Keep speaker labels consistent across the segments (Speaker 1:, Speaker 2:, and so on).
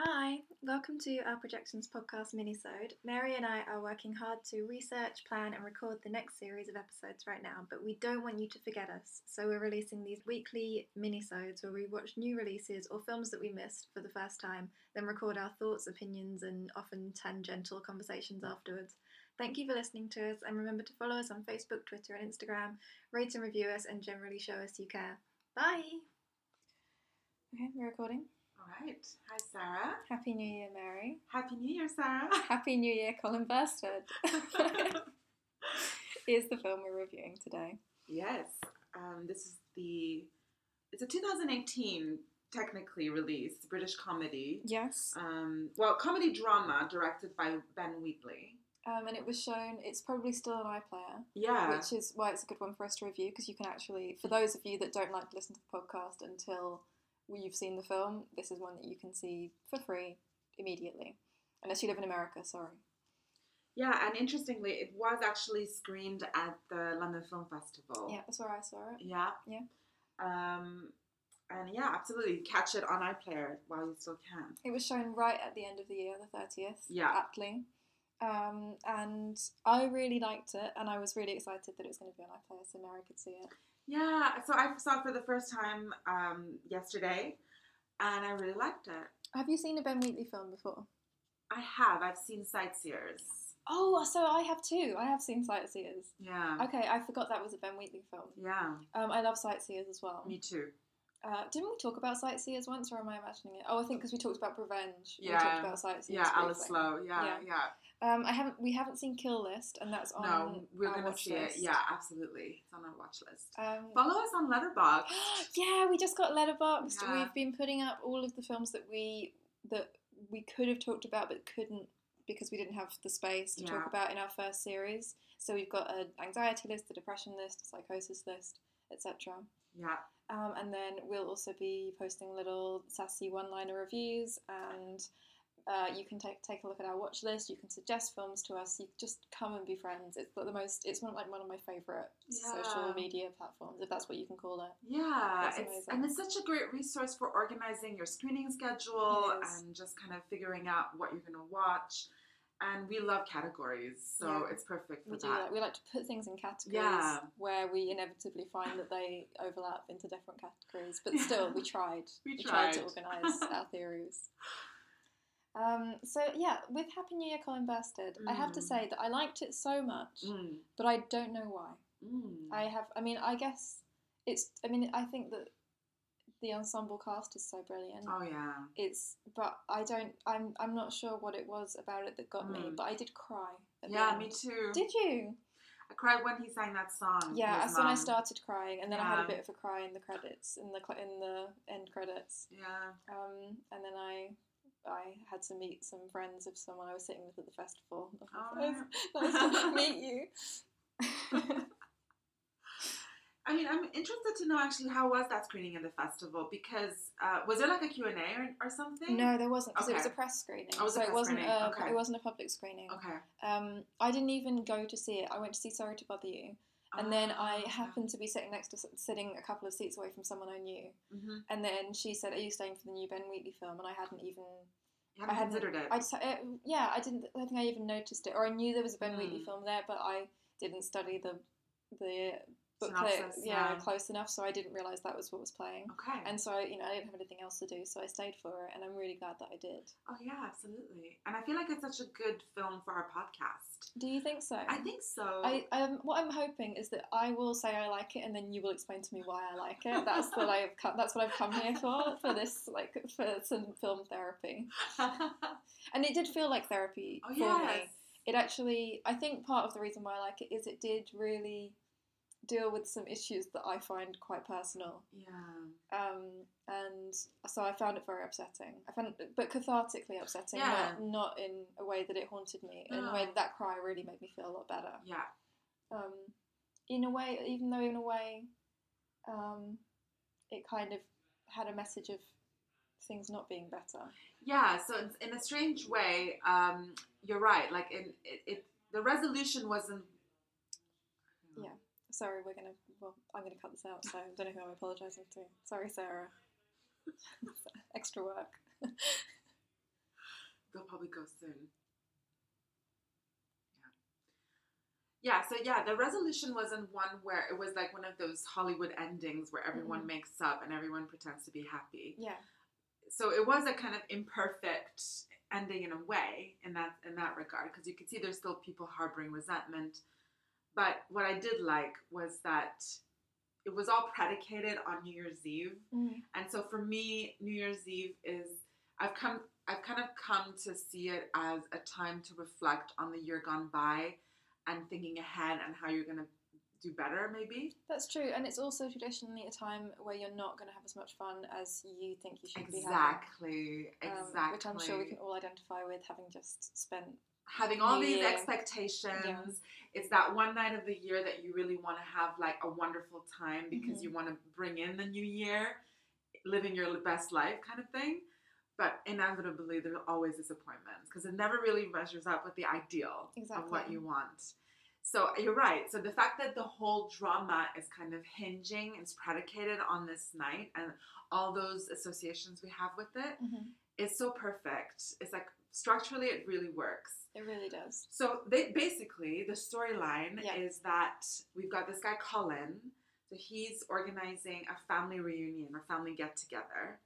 Speaker 1: Hi, welcome to our Projections Podcast minisode. Mary and I are working hard to research, plan, and record the next series of episodes right now, but we don't want you to forget us, so we're releasing these weekly minisodes where we watch new releases or films that we missed for the first time, then record our thoughts, opinions, and often tangential conversations afterwards. Thank you for listening to us, and remember to follow us on Facebook, Twitter, and Instagram, rate and review us, and generally show us you care. Bye! Okay, we're recording.
Speaker 2: All right. Hi, Sarah.
Speaker 1: Happy New Year, Mary.
Speaker 2: Happy New Year, Sarah.
Speaker 1: Happy New Year, Colin Burstwood. Here's the film we're reviewing today.
Speaker 2: yes. Um, this is the. It's a 2018 technically released British comedy.
Speaker 1: Yes.
Speaker 2: Um, well, comedy drama directed by Ben Wheatley.
Speaker 1: Um, and it was shown, it's probably still on iPlayer,
Speaker 2: Yeah.
Speaker 1: which is why it's a good one for us to review because you can actually, for those of you that don't like to listen to the podcast until you've seen the film, this is one that you can see for free immediately. Unless you live in America, sorry.
Speaker 2: Yeah, and interestingly, it was actually screened at the London Film Festival.
Speaker 1: Yeah, that's where I saw it.
Speaker 2: Yeah.
Speaker 1: Yeah.
Speaker 2: Um, and yeah, absolutely. Catch it on iPlayer while you still can.
Speaker 1: It was shown right at the end of the year, the 30th,
Speaker 2: Yeah.
Speaker 1: aptly. Um, and I really liked it, and I was really excited that it was going to be on iPlayer so Mary could see it.
Speaker 2: Yeah, so I saw it for the first time um, yesterday, and I really liked it.
Speaker 1: Have you seen a Ben Wheatley film before?
Speaker 2: I have. I've seen Sightseers.
Speaker 1: Oh, so I have too. I have seen Sightseers.
Speaker 2: Yeah.
Speaker 1: Okay, I forgot that was a Ben Wheatley film.
Speaker 2: Yeah.
Speaker 1: Um, I love Sightseers as well.
Speaker 2: Me too.
Speaker 1: Uh, didn't we talk about Sightseers once, or am I imagining it? Oh, I think because we talked about Revenge. We
Speaker 2: Yeah.
Speaker 1: talked about Sightseers.
Speaker 2: Yeah, Alice
Speaker 1: briefly.
Speaker 2: Slow. Yeah, yeah.
Speaker 1: Yeah. Um, I haven't. We haven't seen Kill List, and that's on.
Speaker 2: No, we're
Speaker 1: our
Speaker 2: gonna
Speaker 1: watch
Speaker 2: see
Speaker 1: list.
Speaker 2: it. Yeah, absolutely. It's on our watch list.
Speaker 1: Um,
Speaker 2: Follow us on Letterboxd.
Speaker 1: yeah, we just got letterboxed.
Speaker 2: Yeah.
Speaker 1: We've been putting up all of the films that we that we could have talked about but couldn't because we didn't have the space to talk
Speaker 2: Yeah.
Speaker 1: about in our first series. So we've got an anxiety list, a depression list, a psychosis list, etc.
Speaker 2: Yeah.
Speaker 1: Um, and then we'll also be posting little sassy one-liner reviews, and uh, you can take take a look at our watch list. You can suggest films to us. You can just come and be friends. It's the the most. It's one of, like one of my favorite social
Speaker 2: Yeah.
Speaker 1: media platforms, if that's what you can call it.
Speaker 2: Yeah,
Speaker 1: That's
Speaker 2: it's,
Speaker 1: amazing.
Speaker 2: and it's such a great resource for organizing your screening schedule
Speaker 1: It is.
Speaker 2: and just kind of figuring out what you're going to watch. And we love categories, so
Speaker 1: Yeah.
Speaker 2: it's perfect for
Speaker 1: We do
Speaker 2: that.
Speaker 1: like we like to put things in categories
Speaker 2: Yeah.
Speaker 1: where we inevitably find that they overlap into different categories, but
Speaker 2: Yeah.
Speaker 1: still we tried.
Speaker 2: We
Speaker 1: to
Speaker 2: tried.
Speaker 1: organise our theories. Um, so yeah, with Happy New Year, Colin Bursted, I have to
Speaker 2: Mm.
Speaker 1: say that I liked it so much,
Speaker 2: Mm,
Speaker 1: but I don't know why.
Speaker 2: mm.
Speaker 1: I have, I mean, I guess it's. I mean, I think that the ensemble cast is so brilliant.
Speaker 2: oh yeah,
Speaker 1: It's, but I don't. I'm. I'm not sure what it was about it that got me,
Speaker 2: Mm.
Speaker 1: but I did cry. at the
Speaker 2: yeah,
Speaker 1: end.
Speaker 2: me too.
Speaker 1: Did you?
Speaker 2: I cried when he sang that song.
Speaker 1: Yeah,
Speaker 2: his
Speaker 1: that's when I
Speaker 2: mom.
Speaker 1: started crying, and then I had a
Speaker 2: Yeah.
Speaker 1: bit of a cry in the credits, in the cl- in the end credits,
Speaker 2: Yeah.
Speaker 1: um, and then I I had to meet some friends of someone I was sitting with at the festival. I was like,
Speaker 2: Alright.
Speaker 1: "Nice- nice to meet you.
Speaker 2: I mean, I'm interested to know actually how was that screening in the festival because uh, was there like a Q and A or, or something?
Speaker 1: no, there wasn't because it was a
Speaker 2: Okay.
Speaker 1: press screening,
Speaker 2: Oh, it was a
Speaker 1: so it
Speaker 2: press
Speaker 1: wasn't
Speaker 2: screening,
Speaker 1: a
Speaker 2: okay.
Speaker 1: it wasn't a public screening.
Speaker 2: Okay.
Speaker 1: Um, I didn't even go to see it. I went to see Sorry to Bother You, and then
Speaker 2: Oh,
Speaker 1: I
Speaker 2: Ah.
Speaker 1: happened to be sitting next to s- sitting a couple of seats away from someone I knew,
Speaker 2: hmm
Speaker 1: and then she said, "Are you staying for the new Ben Wheatley film?" And I hadn't even
Speaker 2: You hadn't
Speaker 1: I hadn't-
Speaker 2: considered it.
Speaker 1: I just, uh, yeah, I didn't. I don't think I even noticed it, or I knew there was a Ben Wheatley
Speaker 2: Hmm.
Speaker 1: film there, but I didn't study the the booklet,
Speaker 2: Synopsis,
Speaker 1: yeah,
Speaker 2: yeah.
Speaker 1: close enough, so I didn't realize that was what was playing.
Speaker 2: okay.
Speaker 1: And so, I, you know, I didn't have anything else to do, so I stayed for it, and I'm really glad that I did.
Speaker 2: oh yeah, absolutely. And I feel like it's such a good film for our podcast.
Speaker 1: Do you think so?
Speaker 2: I think so.
Speaker 1: I um, what I'm hoping is that I will say I like it, and then you will explain to me why I like it. That's what I've come, that's what I've come here for for this like for some film therapy,
Speaker 2: oh
Speaker 1: and it did feel like therapy for me.
Speaker 2: yes.
Speaker 1: it actually i think part of the reason why i like it is it did really deal with some issues that i find quite personal
Speaker 2: Yeah.
Speaker 1: um, and so i found it very upsetting i found but cathartically upsetting
Speaker 2: Yeah.
Speaker 1: not, not in a way that it haunted me in a way
Speaker 2: No.
Speaker 1: that, that cry really made me feel a lot better
Speaker 2: Yeah.
Speaker 1: um, in a way even though in a way um, it kind of had a message of things not being better
Speaker 2: Yeah, so in- in a strange way, um, you're right. Like in it, it the resolution wasn't. hmm,
Speaker 1: Yeah. Sorry, we're gonna. Well, I'm gonna cut this out, so I don't know who I'm apologising to. Sorry, Sarah. Extra work.
Speaker 2: soon. Yeah. Yeah. So yeah, the resolution wasn't one where it was like one of those Hollywood endings where everyone
Speaker 1: Mhm.
Speaker 2: makes up and everyone pretends to be happy.
Speaker 1: Yeah.
Speaker 2: So it was a kind of imperfect ending in a way in that in that regard because you could see there's still people harboring resentment. But what I did like was that it was all predicated on New Year's Eve
Speaker 1: Mm.
Speaker 2: and so for me, New Year's Eve is I've come I've kind of come to see it as a time to reflect on the year gone by and thinking ahead and how you're gonna do better maybe.
Speaker 1: That's true, and it's also traditionally a time where you're not going to have as much fun as you think you should be having.
Speaker 2: Exactly.
Speaker 1: Um,
Speaker 2: Exactly.
Speaker 1: Which I'm sure we can all identify with, having just spent.
Speaker 2: having all
Speaker 1: New
Speaker 2: these
Speaker 1: Year.
Speaker 2: expectations. It's that one night of the year that you really want to have like a wonderful time because
Speaker 1: Mhm.
Speaker 2: you want to bring in the new year, living your best life kind of thing. But inevitably, there are always disappointments because it never really measures up with the ideal of what
Speaker 1: Exactly.
Speaker 2: you want. So you're right. So the fact that the whole drama is kind of hinging, it's predicated on this night and all those associations we have with it,
Speaker 1: Mhm.
Speaker 2: it's so perfect. It's like structurally, it really works.
Speaker 1: It really does.
Speaker 2: So they basically the storyline
Speaker 1: Yeah.
Speaker 2: is that we've got this guy Colin. So he's organizing a family reunion or family get together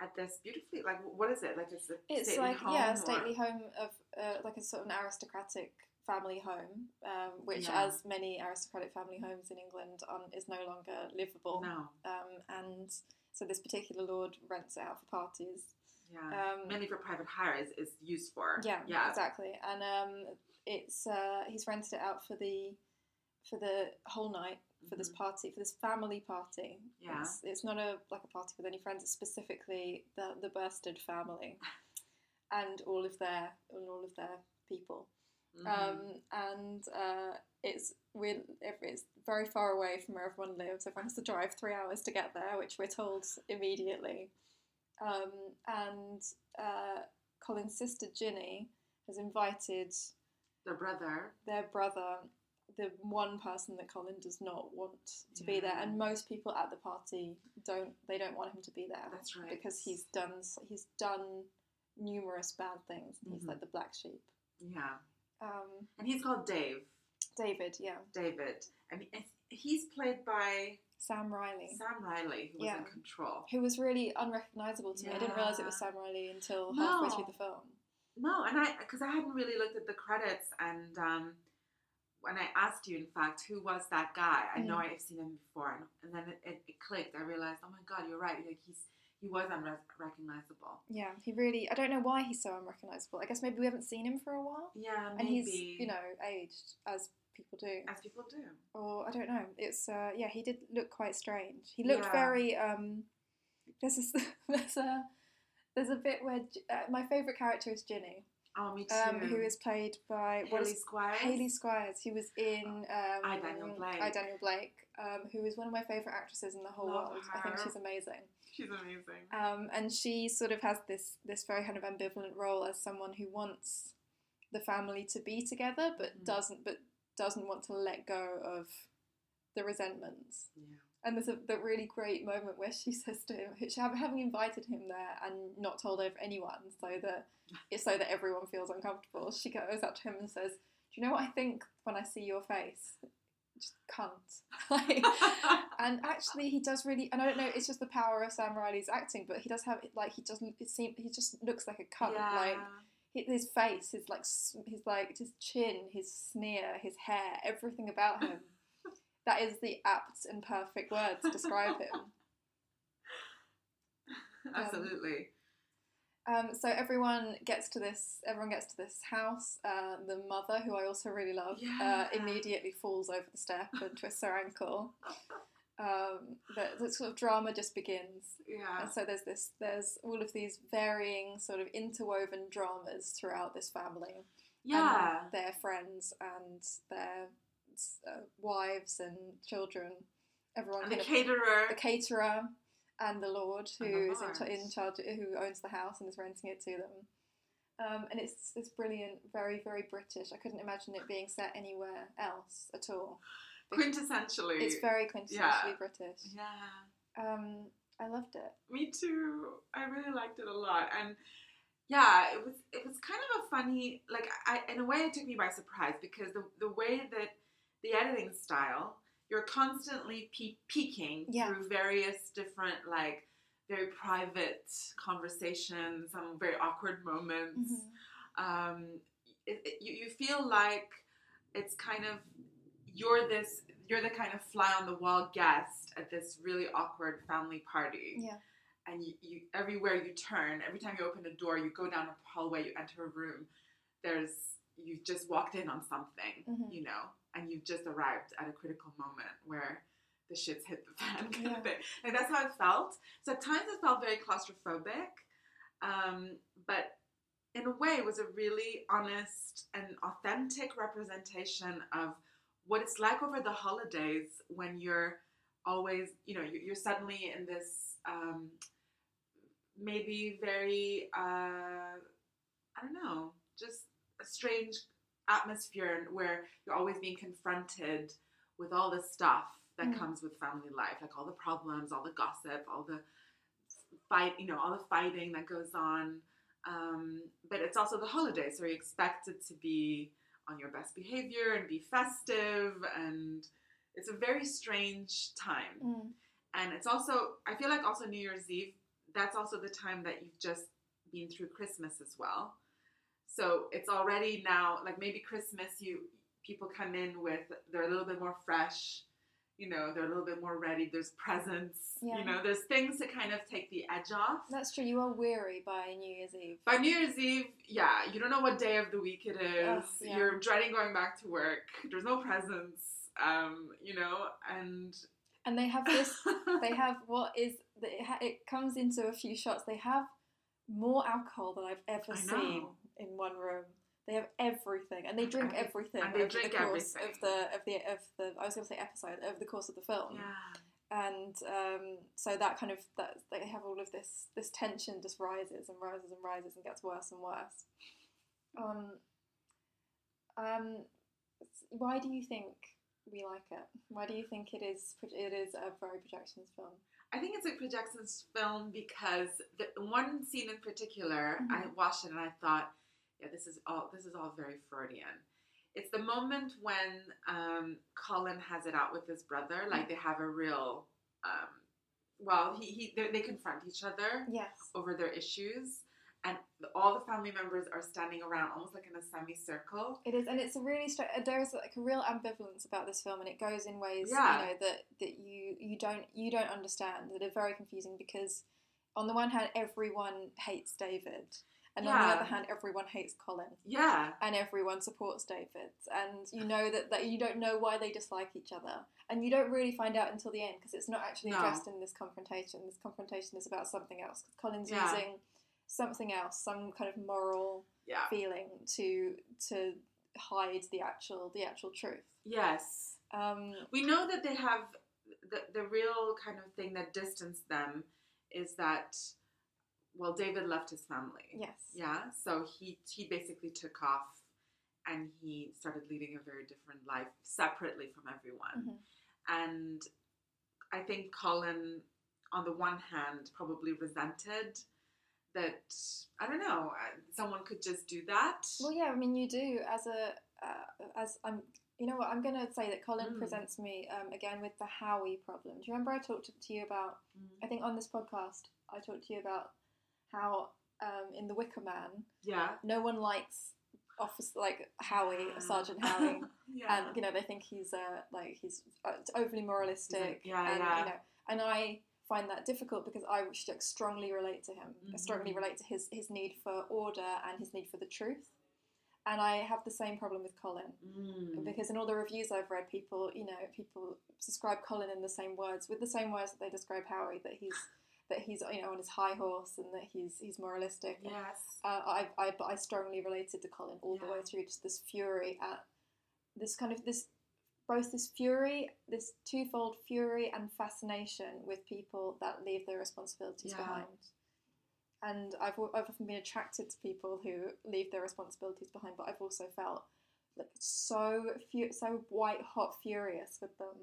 Speaker 2: at this beautifully like what is it like it's a
Speaker 1: It's
Speaker 2: stately
Speaker 1: like
Speaker 2: home
Speaker 1: yeah,
Speaker 2: or-
Speaker 1: a stately home of uh, like a sort of an aristocratic family home, um, which,
Speaker 2: Yeah.
Speaker 1: as many aristocratic family homes in England, on is no longer livable.
Speaker 2: no
Speaker 1: Um, and so this particular lord rents it out for parties.
Speaker 2: yeah
Speaker 1: Um,
Speaker 2: mainly for private hire is, is used for
Speaker 1: Yeah,
Speaker 2: yeah
Speaker 1: exactly. And um, it's uh, he's rented it out for the for the whole night for this party for this family party.
Speaker 2: Mm-hmm. Yeah.
Speaker 1: it's, it's not a like a party with any friends. It's specifically the the Bursted family and all of their and all of their people.
Speaker 2: Mhm.
Speaker 1: Um, and uh, it's we're it's very far away from where everyone lives. Everyone has to drive three hours to get there, which we're told immediately. Um, and uh, Colin's sister Ginny has invited
Speaker 2: their brother
Speaker 1: their brother, the one person that Colin does not want to be there,
Speaker 2: Yeah.
Speaker 1: and most people at the party don't. They don't want him to be there
Speaker 2: that's right
Speaker 1: because he's done s- he's done numerous bad things. and He's
Speaker 2: Mhm.
Speaker 1: like the black sheep.
Speaker 2: yeah
Speaker 1: Um,
Speaker 2: and he's called Dave
Speaker 1: David, yeah,
Speaker 2: David and he- he's played by
Speaker 1: Sam Riley.
Speaker 2: Sam Riley who was in
Speaker 1: Yeah.
Speaker 2: Control
Speaker 1: who was really unrecognizable to me. I didn't realize it was
Speaker 2: Yeah.
Speaker 1: Sam Riley until halfway through
Speaker 2: No.
Speaker 1: the film.
Speaker 2: No, and I because I hadn't really looked at the credits, and um, when I asked you, in fact, who was that guy? I know
Speaker 1: Mm.
Speaker 2: I've seen him before, and, and then it, it, it clicked. I realized, oh my god, you're right. Like he's he was unrecognizable.
Speaker 1: Yeah, he really. I don't know why he's so unrecognizable. I guess maybe we haven't seen him for a while,
Speaker 2: Yeah, maybe.
Speaker 1: and he's you know aged as people do,
Speaker 2: as people do.
Speaker 1: or I don't know. It's uh, yeah, he did look quite strange. He looked
Speaker 2: Yeah.
Speaker 1: very. Um, there's this, there's a there's a bit where J- uh, my favorite character is Ginny,
Speaker 2: Oh, me too.
Speaker 1: um, who is played by what
Speaker 2: Haley
Speaker 1: is
Speaker 2: Squires? Oh,
Speaker 1: Haley Squires, who was in um,
Speaker 2: I, Daniel Blake.
Speaker 1: I, Daniel Blake, um, who is one of my favourite actresses in the whole
Speaker 2: Love
Speaker 1: world. I think
Speaker 2: her.
Speaker 1: she's amazing.
Speaker 2: She's amazing.
Speaker 1: Um, and she sort of has this this very kind of ambivalent role as someone who wants the family to be together, but
Speaker 2: Mhm.
Speaker 1: doesn't but doesn't want to let go of the resentments.
Speaker 2: yeah.
Speaker 1: And there's a that really great moment where she says to him, which hav- having invited him there and not told ev- anyone, so that it's so that everyone feels uncomfortable. She goes up to him and says, "Do you know what I think when I see your face? Just cunt." like, and actually, he does really. And I don't know. It's just the power of Sam Riley's acting, but he does have like he doesn't. It seem he just looks like a cunt.
Speaker 2: yeah.
Speaker 1: Like um, hi- his face, his like, s- his like, his chin, his sneer, his hair, everything about him. that is the apt and perfect words to describe him.
Speaker 2: Absolutely.
Speaker 1: Um, so everyone gets to this. Everyone gets to this house. Uh, the mother, who I also really love,
Speaker 2: Yeah.
Speaker 1: uh, immediately falls over the step and twists her ankle. Um, that, that sort of drama just begins.
Speaker 2: yeah.
Speaker 1: And so there's this, there's all of these varying sort of interwoven dramas throughout this family.
Speaker 2: Yeah.
Speaker 1: And their friends and their uh, wives and children. Everyone
Speaker 2: And the
Speaker 1: kind of-
Speaker 2: caterer.
Speaker 1: the caterer and the lord who
Speaker 2: And
Speaker 1: is
Speaker 2: the
Speaker 1: in, cha-
Speaker 2: lord.
Speaker 1: in charge, who owns the house and is renting it to them. Um, and it's it's brilliant, very very British. I couldn't imagine it being set anywhere else at all.
Speaker 2: Quintessentially.
Speaker 1: It's very quintessentially
Speaker 2: Yeah.
Speaker 1: British.
Speaker 2: yeah.
Speaker 1: Um, I loved it.
Speaker 2: Me too. I really liked it a lot. And yeah, it was it was kind of a funny like I in a way it took me by surprise because the the way that the editing style you're constantly pe- peeking
Speaker 1: Yeah.
Speaker 2: through various different like very private conversations, some very awkward moments.
Speaker 1: Mhm.
Speaker 2: Um, it, it- you you feel like it's kind of you're this you're the kind of fly on the wall guest at this really awkward family party
Speaker 1: Yeah.
Speaker 2: and you, you everywhere you turn, every time you open a door, you go down a hallway, you enter a room, there's you've just walked in on something,
Speaker 1: Mhm.
Speaker 2: you know, and you've just arrived at a critical moment where the shit's hit the fan kind
Speaker 1: Yeah.
Speaker 2: of thing. Like that's how it felt. So at times it felt very claustrophobic, um, but in a way it was a really honest and authentic representation of what it's like over the holidays when you're always, you know, you- you're suddenly in this um, maybe very, uh, I don't know, just a strange atmosphere and where you're always being confronted with all the stuff that
Speaker 1: Mm.
Speaker 2: comes with family life, like all the problems, all the gossip, all the fight, you know, all the fighting that goes on. Um, but it's also the holidays, so you're expected to be on your best behavior and be festive and it's a very strange time
Speaker 1: Mm.
Speaker 2: and it's also i feel like also new year's eve that's also the time that you've just been through christmas as well so it's already now like maybe christmas you people come in with they're a little bit more fresh you know they're a little bit more ready there's presents
Speaker 1: Yeah.
Speaker 2: you know there's things to kind of take the edge off
Speaker 1: That's true. You are weary by New Year's Eve.
Speaker 2: by New Year's Eve, yeah, you don't know what day of the week it
Speaker 1: Ugh,
Speaker 2: is.
Speaker 1: yeah.
Speaker 2: You're dreading going back to work. There's no presents, um, you know, and
Speaker 1: And they have this. they have what is it, ha- it comes into a few shots. They have more alcohol than I've ever
Speaker 2: I
Speaker 1: seen
Speaker 2: know.
Speaker 1: in one room. They have everything, and they drink
Speaker 2: Every-
Speaker 1: everything
Speaker 2: and they
Speaker 1: over
Speaker 2: drink
Speaker 1: the course
Speaker 2: everything.
Speaker 1: of the of the of the. I was going to say episode over the course of the film,
Speaker 2: yeah.
Speaker 1: and um, so that kind of that they have all of this this tension just rises and rises and rises and gets worse and worse. Um. Um. s- Why do you think we like it? Why do you think it is? pro- It is a very projections film.
Speaker 2: I think it's a projections film because the one scene in particular, I
Speaker 1: Mhm.
Speaker 2: watched it and I thought, yeah, this is all this is all very Freudian. It's the moment when um, Colin has it out with his brother, like they have a real, um, well, he, he they, they confront each other
Speaker 1: Yes.
Speaker 2: over their issues, and all the family members are standing around almost like in a semicircle.
Speaker 1: It is, and it's a really str- there's like a real ambivalence about this film, and it goes in ways
Speaker 2: Yeah.
Speaker 1: you know that that you you don't you don't understand that are very confusing because on the one hand everyone hates David, and on
Speaker 2: Yeah.
Speaker 1: the other hand everyone hates Colin,
Speaker 2: Yeah,
Speaker 1: and everyone supports David, and you know that that you don't know why they dislike each other, and you don't really find out until the end because it's not actually
Speaker 2: No.
Speaker 1: addressed in this confrontation. This confrontation is about something else. 'cause Colin's
Speaker 2: Yeah.
Speaker 1: using something else, some kind of moral
Speaker 2: yeah,
Speaker 1: feeling to to hide the actual the actual truth.
Speaker 2: yes.
Speaker 1: Um,
Speaker 2: we know that they have the, the real kind of thing that distanced them is that well david left his family
Speaker 1: yes.
Speaker 2: yeah so he he basically took off and he started leading a very different life separately from everyone
Speaker 1: Mhm.
Speaker 2: and i think colin on the one hand probably resented that i don't know uh, someone could just do that
Speaker 1: Well, yeah. I mean, you do as a uh, as I'm. You know what? I'm going to say that Colin
Speaker 2: Mm.
Speaker 1: presents me um, again with the Howie problem. Do you remember I talked to you about?
Speaker 2: Mm.
Speaker 1: I think on this podcast I talked to you about how um, in The Wicker Man,
Speaker 2: yeah
Speaker 1: no one likes office like Howie, Sergeant Howie.
Speaker 2: Ah. yeah
Speaker 1: and you know they think he's uh, like he's uh, overly moralistic
Speaker 2: yeah,
Speaker 1: and
Speaker 2: yeah.
Speaker 1: you know and I find that difficult because I sh- like, strongly relate to him I strongly
Speaker 2: Mhm.
Speaker 1: relate to his his need for order and his need for the truth and I have the same problem with Colin
Speaker 2: Mm.
Speaker 1: because in all the reviews I've read people you know people describe Colin in the same words with the same words that they describe Howie that he's that he's you know on his high horse and that he's he's moralistic and
Speaker 2: yes
Speaker 1: uh, I, I, but I strongly related to Colin all the
Speaker 2: Yeah.
Speaker 1: way through. Just this fury at this kind of this, both this fury, this twofold fury and fascination with people that leave their responsibilities
Speaker 2: Yeah.
Speaker 1: behind. And I've, al- I've often been attracted to people who leave their responsibilities behind, but I've also felt like so fu- so white hot furious with them,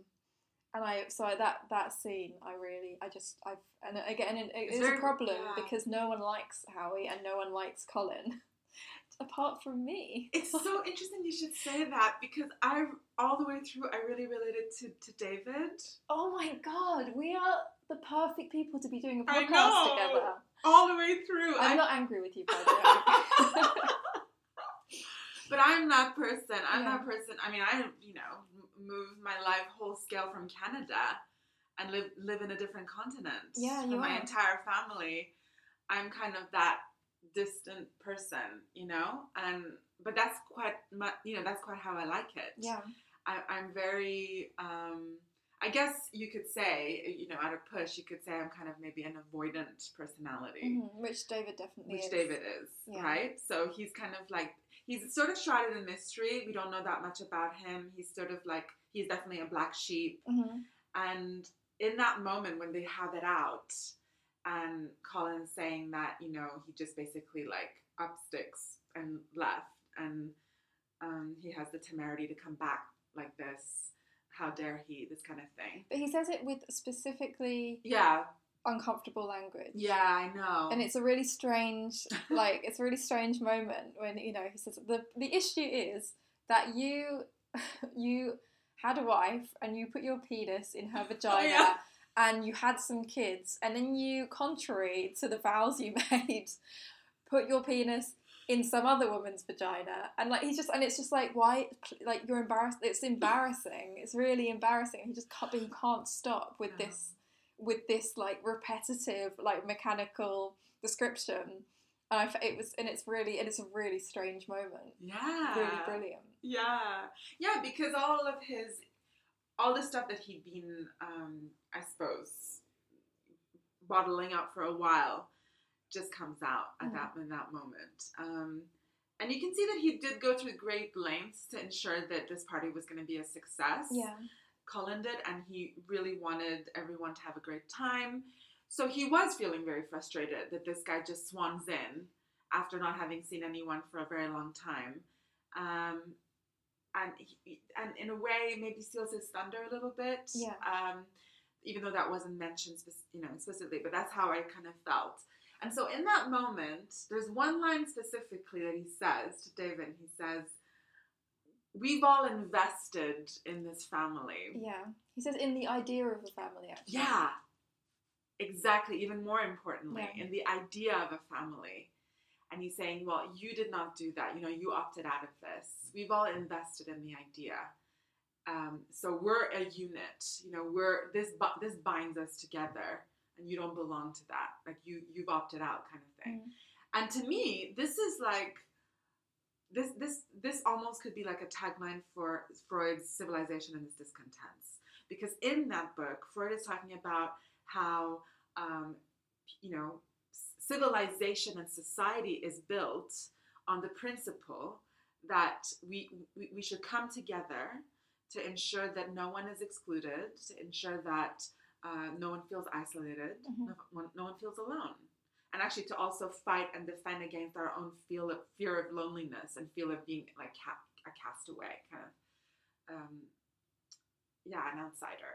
Speaker 1: and I so I, that that scene I really I just I've and again it, it
Speaker 2: It's
Speaker 1: is
Speaker 2: very-
Speaker 1: a problem
Speaker 2: yeah.
Speaker 1: because no one likes Howie and no one likes Colin apart from me.
Speaker 2: It's so interesting you should say that because I all the way through I really related to, to David.
Speaker 1: Oh my god, we are the perfect people to be doing a
Speaker 2: I
Speaker 1: podcast
Speaker 2: know.
Speaker 1: together.
Speaker 2: All the way through.
Speaker 1: I'm
Speaker 2: I-
Speaker 1: not angry with you, by the way.
Speaker 2: but I'm that person. I'm
Speaker 1: Yeah.
Speaker 2: that person. I mean, I you know m- moved my life whole scale from Canada and live live in a different continent.
Speaker 1: Yeah,
Speaker 2: for
Speaker 1: you
Speaker 2: my
Speaker 1: are.
Speaker 2: entire family. I'm kind of that distant person, you know, and but that's quite mu you know that's quite how I like it.
Speaker 1: yeah,
Speaker 2: I, I'm very. Um, I guess you could say, you know, at a push, you could say I'm kind of maybe an avoidant personality,
Speaker 1: Mhm, which David definitely
Speaker 2: which
Speaker 1: is.
Speaker 2: David is,
Speaker 1: Yeah.
Speaker 2: right? So he's kind of like he's sort of shrouded in mystery. We don't know that much about him. He's sort of like he's definitely a black sheep.
Speaker 1: Mhm.
Speaker 2: And in that moment when they have it out, and Colin's saying that you know he just basically like up sticks and left, and um, he has the temerity to come back like this. How dare he? This kind of thing.
Speaker 1: But he says it with specifically
Speaker 2: Yeah,
Speaker 1: uncomfortable language.
Speaker 2: yeah, I know.
Speaker 1: And it's a really strange, like, it's a really strange moment when, you know, he says, the, the issue is that you, you had a wife and you put your penis in her vagina
Speaker 2: Oh, yeah.
Speaker 1: and you had some kids and then you, contrary to the vows you made, put your penis in some other woman's vagina and like he's just and it's just like why like you're embarrassed it's embarrassing it's really embarrassing he just can't but he can't stop with
Speaker 2: Yeah.
Speaker 1: this with this like repetitive like mechanical description and I, f- it was and it's really and it's a really strange moment
Speaker 2: yeah,
Speaker 1: really brilliant
Speaker 2: Yeah, yeah, because all of his, all the stuff that he'd been, um, I suppose, bottling up for a while, just comes out at
Speaker 1: Mm.
Speaker 2: that in that moment. Um, and you can see that he did go to great lengths to ensure that this party was going to be a success.
Speaker 1: yeah
Speaker 2: Colin did, and he really wanted everyone to have a great time. So he was feeling very frustrated that this guy just swans in after not having seen anyone for a very long time, um, and he, and in a way maybe steals his thunder a little bit.
Speaker 1: Yeah.
Speaker 2: Um, even though that wasn't mentioned, spec- you know, explicitly, but that's how I kind of felt. And so in that moment, there's one line specifically that he says to David. He says, "We've all invested in this family."
Speaker 1: yeah he says in the idea of a family actually
Speaker 2: Yeah, exactly. Even more importantly,
Speaker 1: Yeah.
Speaker 2: in the idea of a family. And he's saying, Well, you did not do that. You know, you opted out of this. We've all invested in the idea. Um, so we're a unit. You know, we're this bu- this binds us together, and you don't belong to that. Like you you've opted out, kind of thing.
Speaker 1: Mm.
Speaker 2: And to me, this is like this this this almost could be like a tagline for Freud's Civilization and its Discontents because in that book freud is talking about how um, you know c- civilization and society is built on the principle that we, we we should come together to ensure that no one is excluded to ensure that uh, no one feels isolated
Speaker 1: Mhm.
Speaker 2: no, one, no one feels alone and actually to also fight and defend against our own feel of, fear of loneliness and fear of being like ca- a castaway kind of um, yeah, an outsider.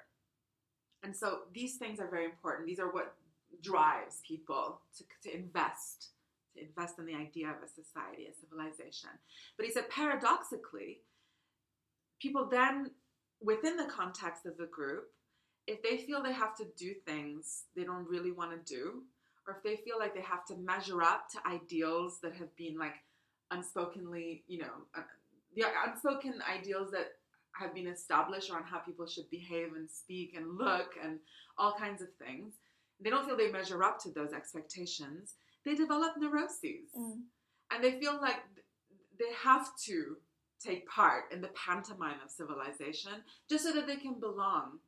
Speaker 2: And so these things are very important. These are what drives people to, to invest, to invest in the idea of a society, a civilization. But he said, paradoxically, people then, within the context of the group, if they feel they have to do things they don't really want to do, or if they feel like they have to measure up to ideals that have been like unspokenly, you know, uh, the unspoken ideals that have been established around how people should behave and speak and look and all kinds of things. They don't feel they measure up to those expectations. They develop neuroses
Speaker 1: Mm.
Speaker 2: and they feel like th- they have to take part in the pantomime of civilization just so that they can belong.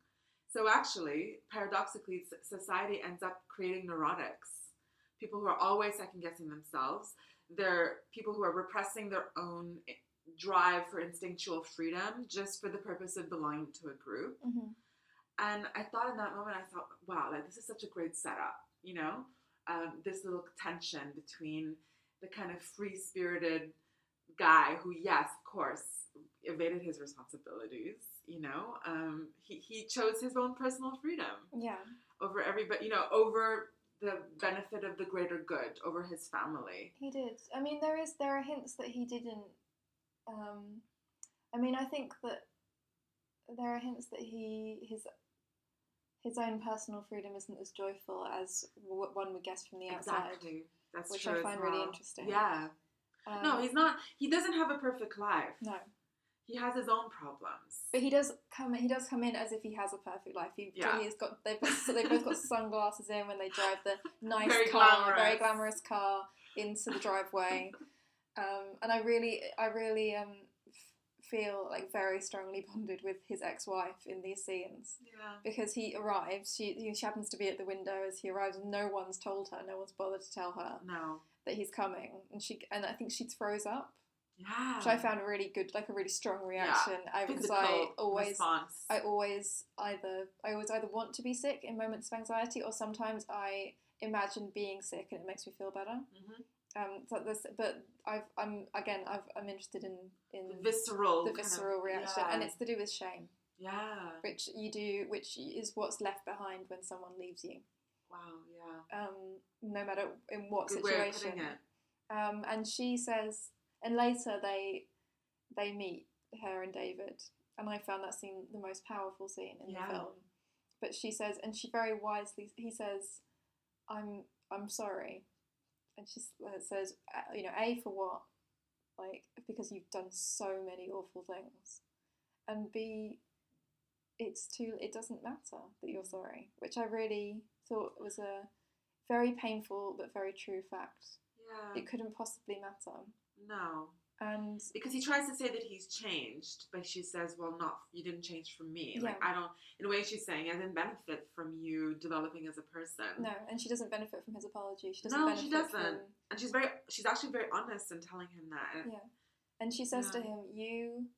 Speaker 2: So, actually, paradoxically, s- society ends up creating neurotics people who are always second guessing themselves, they're people who are repressing their own i- drive for instinctual freedom just for the purpose of belonging to a group.
Speaker 1: Mhm.
Speaker 3: mm-hmm.
Speaker 2: And I thought in that moment, I thought, wow, like this is such a great setup, you know? Um, this little tension between the kind of free spirited guy who, yes, of course, evaded his responsibilities. You know, um, he he chose his own personal freedom
Speaker 1: Yeah.
Speaker 2: over everybody. You know, over the benefit of the greater good, over his family.
Speaker 3: He did. I mean, there is there are hints that he didn't. Um, I mean, I think that there are hints that he his his own personal freedom isn't as joyful as w- one would guess from the outside,
Speaker 2: Exactly. That's
Speaker 3: which
Speaker 2: true.
Speaker 3: I
Speaker 2: as
Speaker 3: find really
Speaker 2: well.
Speaker 3: interesting.
Speaker 2: Yeah.
Speaker 3: Um,
Speaker 2: no, he's not. He doesn't have a perfect life.
Speaker 3: no,
Speaker 2: He has his own problems.
Speaker 1: But he does come. He does come in as if he has a perfect life. He,
Speaker 2: Yeah.
Speaker 1: He's got. They've both, so they've both got sunglasses in when they drive the nice
Speaker 2: Very
Speaker 1: car, very glamorous
Speaker 2: glamorous.
Speaker 1: car into the driveway. um, and I really, I really um, f- feel like very strongly bonded with his ex-wife in these scenes
Speaker 2: Yeah.
Speaker 1: because he arrives. She, you know, she happens to be at the window as he arrives. and No one's told her. No one's bothered to tell her
Speaker 2: No.
Speaker 1: that he's coming. And she, and I think she throws up,
Speaker 2: Yeah.
Speaker 1: which I found really good, like a really strong reaction. I, because
Speaker 2: Ah. Physical
Speaker 1: I always.
Speaker 2: response.
Speaker 1: I always either I always either want to be sick in moments of anxiety, or sometimes I imagine being sick and it makes me feel better.
Speaker 2: Mhm.
Speaker 1: Um, so this, but I've, I'm again I've, I'm interested in in
Speaker 2: The visceral.
Speaker 1: the
Speaker 2: kind of-
Speaker 1: visceral reaction,
Speaker 2: yeah.
Speaker 1: and it's to do with shame,
Speaker 2: yeah.
Speaker 1: which you do, which is what's left behind when someone leaves you,
Speaker 2: Wow. Yeah.
Speaker 1: um, no matter in what
Speaker 2: Good way of
Speaker 1: situation.
Speaker 2: putting it.
Speaker 1: Um, and she says, and later they they meet her and David, and I found that scene the most powerful scene in
Speaker 2: Yeah.
Speaker 1: the film. But she says, and she very wisely he says, "I'm I'm sorry," and she s- uh, says, uh, "You know, a for what? Like because you've done so many awful things, and b." It's too. It doesn't matter that you're sorry, which I really thought was a very painful but very true fact
Speaker 2: Yeah.
Speaker 1: it couldn't possibly matter.
Speaker 2: no.
Speaker 1: And
Speaker 2: Because he tries to say that he's changed, but she says, "Well, not you didn't change from me. Like
Speaker 1: Yeah.
Speaker 2: I don't." In a way, she's saying, "I didn't benefit from you developing as a person."
Speaker 1: no, and she doesn't benefit from his apology. She doesn't
Speaker 2: No,
Speaker 1: benefit
Speaker 2: she
Speaker 1: From,
Speaker 2: doesn't. And she's very, she's actually very honest in telling him that. And-
Speaker 1: Yeah. and she says to
Speaker 2: No.
Speaker 1: him, "You,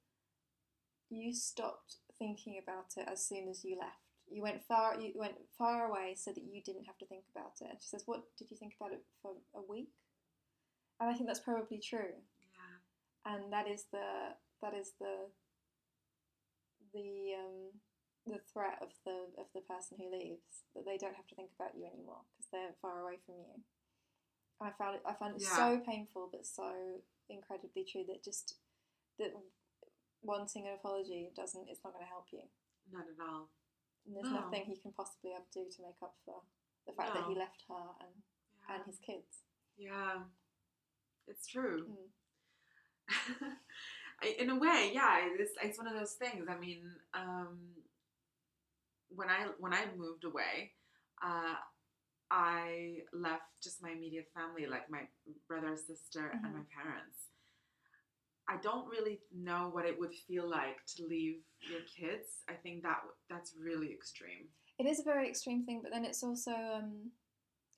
Speaker 1: you stopped thinking about it as soon as you left. You went far. You went far away so that you didn't have to think about it." And she says, "What did you think about it for a week?" And I think that's probably true.
Speaker 2: yeah.
Speaker 1: and that is the that is the the um, the threat of the of the person who leaves that they don't have to think about you anymore because they're far away from you. I found it I found it so painful but so incredibly true that just that wanting an apology doesn't it's not going to help you.
Speaker 2: Not at all.
Speaker 1: And there's
Speaker 2: No.
Speaker 1: nothing he can possibly ever do to make up for the fact that he
Speaker 2: No.
Speaker 1: left her and
Speaker 2: Yeah.
Speaker 1: and his kids.
Speaker 2: yeah. It's true.
Speaker 1: Mm.
Speaker 2: I- in a way, yeah. It's it's one of those things. I mean, um, when I when I moved away, uh, I left just my immediate family, like my brother, sister, and
Speaker 1: Mhm.
Speaker 2: my parents. I don't really know what it would feel like to leave your kids. I think that w- that's really extreme.
Speaker 1: It is a very extreme thing, but then it's also um,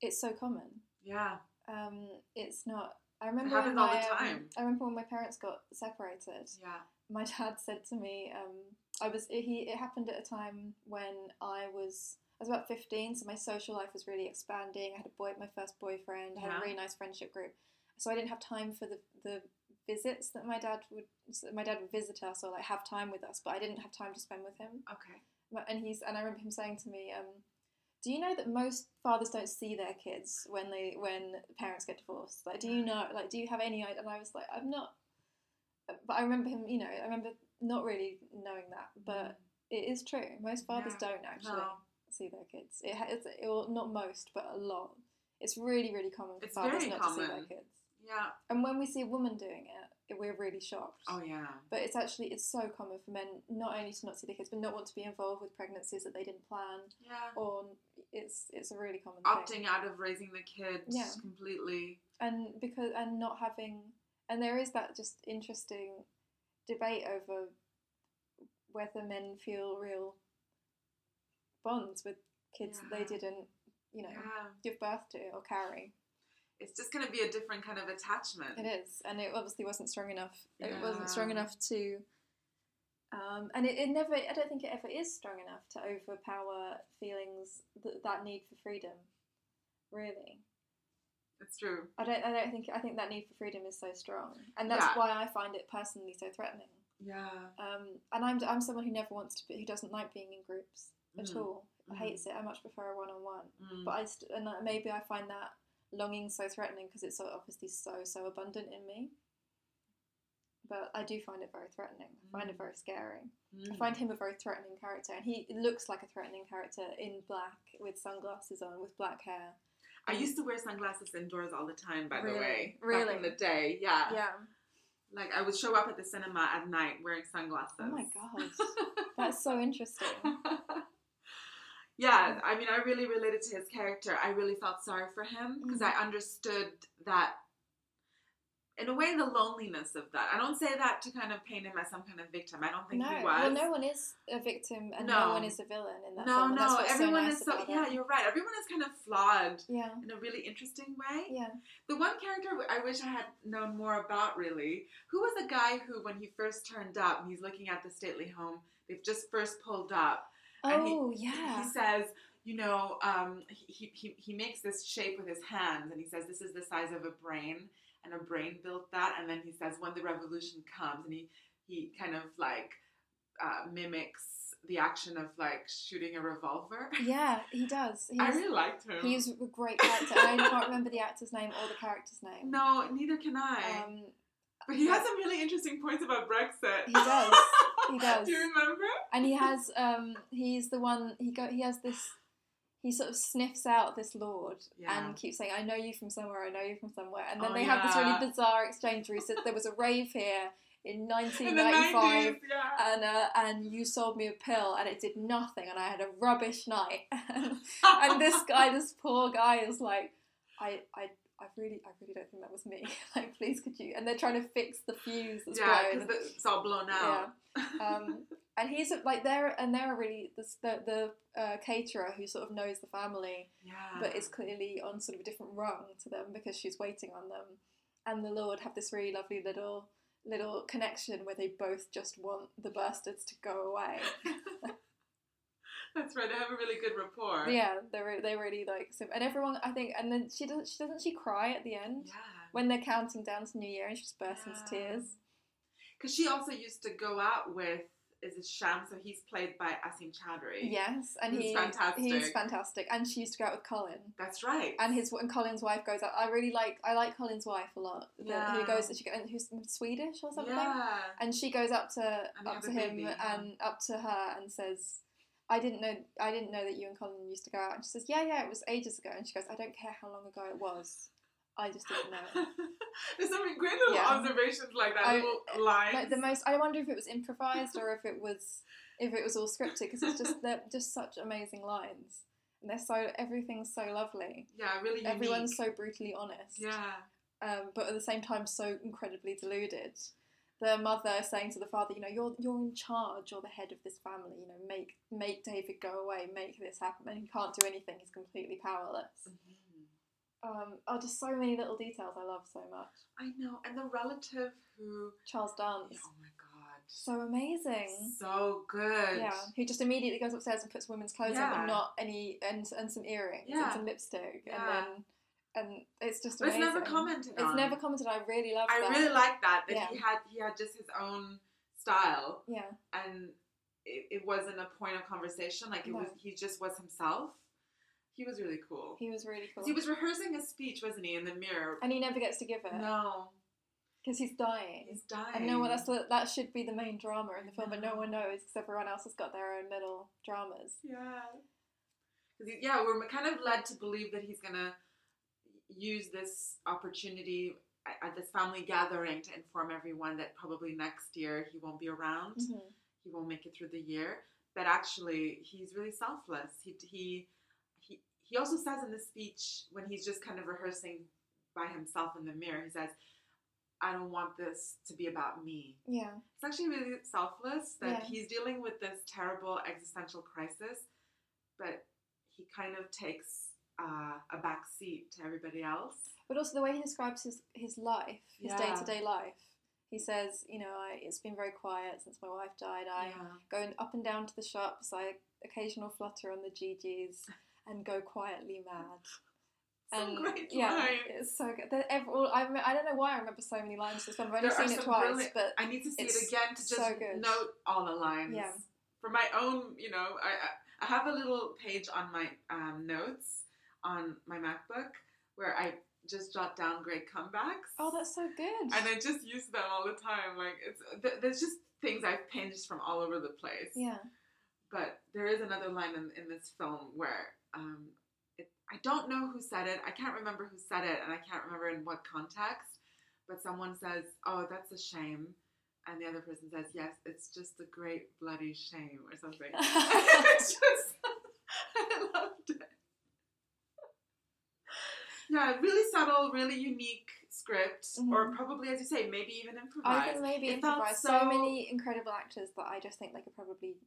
Speaker 1: it's so common.
Speaker 2: Yeah.
Speaker 1: um, it's not. I remember
Speaker 2: happens
Speaker 1: when
Speaker 2: all
Speaker 1: my,
Speaker 2: the
Speaker 1: um,
Speaker 2: time.
Speaker 1: I remember when my parents got separated.
Speaker 2: Yeah.
Speaker 1: My dad said to me, um, "I was he." It happened at a time when I was I was about fifteen, so my social life was really expanding. I had a boy, my first boyfriend. I had
Speaker 2: Yeah.
Speaker 1: a really nice friendship group, so I didn't have time for the the visits that my dad would so my dad would visit us or like have time with us, but I didn't have time to spend with him.
Speaker 2: Okay.
Speaker 1: But- and he's and I remember him saying to me, um, "Do you know that most fathers don't see their kids when they when parents get divorced? Like, do you know? Like, do you have any idea?" And I was like, "I'm not," but I remember him. You know, I remember not really knowing that, but it is true. Most fathers
Speaker 2: Yeah.
Speaker 1: don't actually
Speaker 2: No.
Speaker 1: see their kids. It ha- it's it, well, not most, but a lot. It's really really common for
Speaker 2: It's
Speaker 1: fathers
Speaker 2: very
Speaker 1: not to see their
Speaker 2: common.
Speaker 1: kids.
Speaker 2: Yeah.
Speaker 1: And when we see a woman doing it, we're really shocked.
Speaker 2: Oh yeah.
Speaker 1: But it's actually it's so common for men not only to not see their kids, but not want to be involved with pregnancies that they didn't plan.
Speaker 2: Yeah.
Speaker 1: Or it's it's a really common thing.
Speaker 2: opting out of raising the kids
Speaker 1: Yeah.
Speaker 2: completely.
Speaker 1: And because and not having and there is that just interesting debate over whether men feel real bonds with kids that
Speaker 2: Yeah.
Speaker 1: they didn't, you know,
Speaker 2: Yeah.
Speaker 1: give birth to or carry.
Speaker 2: It's just going to be a different kind of attachment.
Speaker 1: It is, and it obviously wasn't strong enough. It
Speaker 2: Yeah.
Speaker 1: wasn't strong enough to, um, and it, it never. I don't think it ever is strong enough to overpower feelings th- that need for freedom, really.
Speaker 2: It's true.
Speaker 1: I don't. I don't think. I think that need for freedom is so strong, and that's
Speaker 2: Yeah.
Speaker 1: why I find it personally so threatening.
Speaker 2: Yeah.
Speaker 1: Um, and I'm I'm someone who never wants to be, who doesn't like being in groups at
Speaker 2: Mm.
Speaker 1: all. I hates it. I much prefer a one on one.
Speaker 2: Mm.
Speaker 1: But I st- and I- maybe I find that longing so threatening because it's so obviously so so abundant in me. But I do find it very threatening. I find it
Speaker 2: Mm.
Speaker 1: very scary. I
Speaker 2: Mm.
Speaker 1: find him a very threatening character, and he looks like a threatening character in black with sunglasses on, with black hair.
Speaker 2: I used to wear sunglasses indoors all the time. By
Speaker 1: Really?
Speaker 2: the way,
Speaker 1: Really?
Speaker 2: back in the day, yeah. Like I would show up at the cinema at night wearing sunglasses.
Speaker 1: Oh my god, that's so interesting.
Speaker 2: yeah, I mean, I really related to his character. I really felt sorry for him because
Speaker 1: Mm-hmm.
Speaker 2: I understood that, in a way, the loneliness of that. I don't say that to kind of paint him as some kind of victim. I don't think
Speaker 1: No,
Speaker 2: he was.
Speaker 1: well, no one is a victim, and no,
Speaker 2: No.
Speaker 1: one is a villain in that
Speaker 2: no,
Speaker 1: film. and that's
Speaker 2: no,
Speaker 1: what's
Speaker 2: everyone
Speaker 1: so nice
Speaker 2: is so.
Speaker 1: about
Speaker 2: Yeah,
Speaker 1: it.
Speaker 2: you're right. Everyone is kind of flawed
Speaker 1: yeah,
Speaker 2: in a really interesting way.
Speaker 1: yeah.
Speaker 2: The one character w- I wish I had known more about, really, who was a guy who, when he first turned up, and he's looking at the stately home they've just first pulled up. And he-
Speaker 1: Oh
Speaker 2: He
Speaker 1: yeah,
Speaker 2: says, you know, um, he, he, he makes this shape with his hands and he says, this is the size of a brain, and a brain built that. And then he says, when the revolution comes, and he, he kind of like uh, mimics the action of like shooting a revolver.
Speaker 1: yeah, he does. He's,
Speaker 2: I really liked him.
Speaker 1: he's a great character. I can't remember the actor's name or the character's name.
Speaker 2: no, neither can I.
Speaker 1: um,
Speaker 2: but he has some really interesting points about Brexit.
Speaker 1: he does. He does.
Speaker 2: Do you remember?
Speaker 1: and he has um he's the one he go he has this he sort of sniffs out this lord
Speaker 2: Yeah.
Speaker 1: and keeps saying i know you from somewhere i know you from somewhere and then
Speaker 2: Oh,
Speaker 1: they have this really
Speaker 2: yeah.
Speaker 1: bizarre exchange where he says there was a rave here in
Speaker 2: In the 90s,
Speaker 1: 1995
Speaker 2: yeah.
Speaker 1: and uh, and you sold me a pill and it did nothing and i had a rubbish night Uh, and this guy this poor guy is like i i I really, I really don't think that was me. like, please, could you? And they're trying to fix the fuse that's
Speaker 2: yeah,
Speaker 1: blown.
Speaker 2: because it's all blown
Speaker 1: Yeah.
Speaker 2: out.
Speaker 1: Um, and he's a- like they're and they're a really the the, the uh, caterer who sort of knows the family,
Speaker 2: Yeah.
Speaker 1: but
Speaker 2: Ah.
Speaker 1: is clearly on sort of a different rung to them because she's waiting on them. And the Lord have this really lovely little little connection where they both just want the bastards to go away.
Speaker 2: That's right. They have a really good rapport.
Speaker 1: yeah, they're re- they really like so, and everyone I think and then she doesn't she doesn't she cry at the end
Speaker 2: Yeah.
Speaker 1: when they're counting down to New Year and she just bursts into
Speaker 2: Yeah.
Speaker 1: tears.
Speaker 2: Because she also used to go out with is it Sham? So he's played by Asim Chowdhury.
Speaker 1: Yes, and
Speaker 2: He's
Speaker 1: he
Speaker 2: fantastic.
Speaker 1: he's fantastic, and she used to go out with Colin.
Speaker 2: That's right.
Speaker 1: and his and Colin's wife goes out. I really like I like Colin's wife a lot. The, Who
Speaker 2: Yeah.
Speaker 1: goes? She go- and who's Swedish or something?
Speaker 2: Yeah.
Speaker 1: And she goes up to
Speaker 2: And they
Speaker 1: up
Speaker 2: have
Speaker 1: to
Speaker 2: a
Speaker 1: him
Speaker 2: baby, yeah.
Speaker 1: and up to her and says, "I didn't know I didn't know that you and Colin used to go out." And she says, "Yeah, yeah, it was ages ago." And she goes, "I don't care how long ago it was. I just didn't know."
Speaker 2: There's some great little
Speaker 1: Yeah.
Speaker 2: observations like that
Speaker 1: I-
Speaker 2: little line.
Speaker 1: like the most. I wonder if it was improvised or if it was if it was all scripted because it's just they're just such amazing lines and they're so everything's so lovely.
Speaker 2: yeah, really unique.
Speaker 1: Everyone's so brutally honest.
Speaker 2: yeah.
Speaker 1: um, but at the same time so incredibly deluded. The mother saying to the father, you know, you're you're in charge, you're the head of this family, you know, make make David go away, make this happen, and he can't do anything. He's completely powerless.
Speaker 2: Mhm.
Speaker 1: Um, oh, just so many little details I love so much.
Speaker 2: I know. And the relative who.
Speaker 1: Charles
Speaker 2: Oh
Speaker 1: Dance,
Speaker 2: my god.
Speaker 1: so amazing.
Speaker 2: So good.
Speaker 1: Yeah, who just immediately goes upstairs and puts women's clothes on,
Speaker 2: Yeah.
Speaker 1: but not any and and some earrings and
Speaker 2: Yeah.
Speaker 1: some lipstick,
Speaker 2: Yeah.
Speaker 1: and then and it's just
Speaker 2: But it's
Speaker 1: amazing.
Speaker 2: never commented on.
Speaker 1: It's never commented. I really love.
Speaker 2: I
Speaker 1: that.
Speaker 2: really like that that
Speaker 1: Yeah.
Speaker 2: he had he had just his own style
Speaker 1: Yeah.
Speaker 2: and it, it wasn't a point of conversation like it was
Speaker 1: No.
Speaker 2: he just was himself. He was really cool.
Speaker 1: He was really cool.
Speaker 2: 'Cause He was rehearsing his speech, wasn't he, in the mirror?
Speaker 1: and he never gets to give it because
Speaker 2: No,
Speaker 1: he's dying.
Speaker 2: he's dying.
Speaker 1: and no one that's the, that should be the main drama in the film, but no
Speaker 2: No.
Speaker 1: one knows because everyone else has got their own little dramas.
Speaker 2: Yeah. 'Cause he- yeah, we're kind of led to believe that he's gonna use this opportunity at- at this family gathering to inform everyone that probably next year he won't be around.
Speaker 1: Mm-hmm.
Speaker 2: he won't make it through the year. But actually, he's really selfless. He he he he also says in the speech when he's just kind of rehearsing by himself in the mirror, he says, "I don't want this to be about me."
Speaker 1: Yeah,
Speaker 2: It's actually really selfless that
Speaker 1: Yeah.
Speaker 2: he's dealing with this terrible existential crisis, but he kind of takes uh, a back seat to everybody else.
Speaker 1: but also the way he describes his his life, his
Speaker 2: Yeah.
Speaker 1: day to day life. He says, you know, I, it's been very quiet since my wife died. I go up and down to the shops. I occasional flutter on the GGs and go quietly mad.
Speaker 2: Some great
Speaker 1: yeah,
Speaker 2: line.
Speaker 1: it's so good. They're ev- all, I, rem- I don't know why I remember so many lines this film. I've only
Speaker 2: There are
Speaker 1: seen it
Speaker 2: some
Speaker 1: twice,
Speaker 2: brilliant-
Speaker 1: but
Speaker 2: I need to see
Speaker 1: It's
Speaker 2: it again to just
Speaker 1: so good.
Speaker 2: note all the lines.
Speaker 1: Yeah.
Speaker 2: For my own, you know, I, I- I have a little page on my um, notes on my MacBook where I just jot down great comebacks.
Speaker 1: oh, that's so good.
Speaker 2: And I just use them all the time. Like, it's th- there's just things I've pinched from all over the place.
Speaker 1: yeah,
Speaker 2: But there is another line in, in this film where um, it, I don't know who said it. I can't remember who said it, and I can't remember in what context. But someone says, "Oh, that's a shame," and the other person says, "Yes, it's just a great bloody shame," or something. it's just, I loved it. Yeah, really subtle, really unique script, or
Speaker 1: Mhm.
Speaker 2: probably, as you say, maybe even improvised.
Speaker 1: I think maybe
Speaker 2: It felt
Speaker 1: improvised. So,
Speaker 2: so-
Speaker 1: many incredible actors that I just think they could probably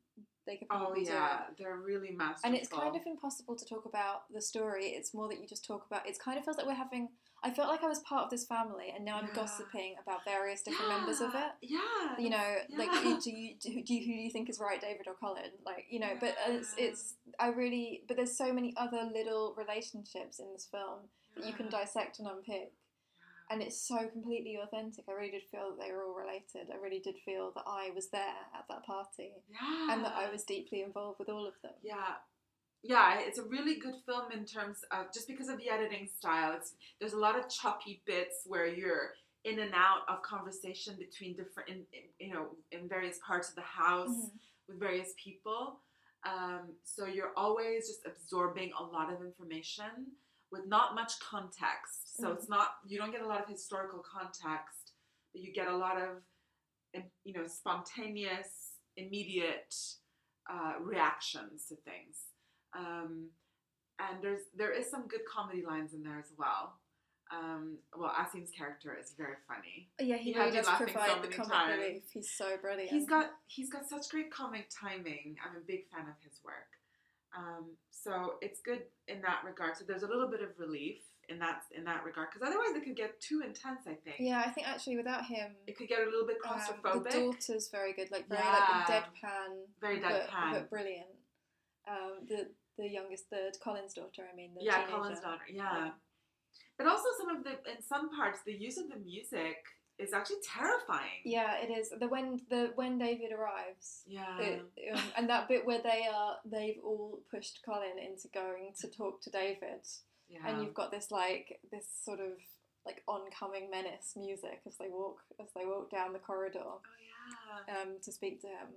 Speaker 1: they could
Speaker 2: oh
Speaker 1: probably do it.
Speaker 2: yeah, they're really masterful.
Speaker 1: And it's kind of impossible to talk about the story. It's more that you just talk about. It's kind of feels like we're having. I felt like I was part of this family, and now I'm
Speaker 2: Yeah.
Speaker 1: gossiping about various different members of it.
Speaker 2: Yeah.
Speaker 1: You know, like
Speaker 2: Um, Yeah.
Speaker 1: do you do, you- do you, who do you think is right, David or Colin? Like you know, but it's
Speaker 2: Yeah.
Speaker 1: it's I really but there's so many other little relationships in this film that you can dissect and unpick, and it's so completely authentic. I really did feel that they were all related. I really did feel that I was there at that party
Speaker 2: Yeah.
Speaker 1: and that I was deeply involved with all of them.
Speaker 2: Yeah. Yeah, it's a really good film in terms of just because of the editing style. It's there's a lot of choppy bits where you're in and out of conversation between different, in, in- you know, in various parts of the house
Speaker 1: Mhm.
Speaker 2: with various people. Um, so you're always just absorbing a lot of information with not much context. So it's not you don't get a lot of historical context, but you get a lot of im- you know spontaneous, immediate uh, reactions to things. Um, and there's there is some good comedy lines in there as well. Um, well, Asim's character is very funny.
Speaker 1: Yeah, he
Speaker 2: You
Speaker 1: really
Speaker 2: had me
Speaker 1: does
Speaker 2: laughing so
Speaker 1: provide the
Speaker 2: many
Speaker 1: comic
Speaker 2: times.
Speaker 1: relief. He's so brilliant.
Speaker 2: He's got he's got such great comic timing. I'm a big fan of his work. Um, so it's good in that regard. So there's a little bit of relief in that in that regard because otherwise it could get too intense. I think
Speaker 1: Yeah, I think actually without him,
Speaker 2: it could get a little bit
Speaker 1: um,
Speaker 2: claustrophobic.
Speaker 1: the daughter's very good. Like very like
Speaker 2: Yeah.
Speaker 1: deadpan,
Speaker 2: Very
Speaker 1: but-
Speaker 2: deadpan.
Speaker 1: but, brilliant. Um, the the youngest, the Colin's daughter. I mean, the
Speaker 2: yeah,
Speaker 1: teenager.
Speaker 2: Colin's daughter. Yeah.
Speaker 1: Yeah.
Speaker 2: but also some of the in some parts the use of the music is actually terrifying.
Speaker 1: Yeah, it is the when the when David arrives.
Speaker 2: yeah.
Speaker 1: it- um, and that bit where they are, they've all pushed Colin into going to talk to David,
Speaker 2: yeah.
Speaker 1: and you've got this like this sort of like oncoming menace music as they walk as they walk down the corridor.
Speaker 2: oh yeah.
Speaker 1: um, to speak to him.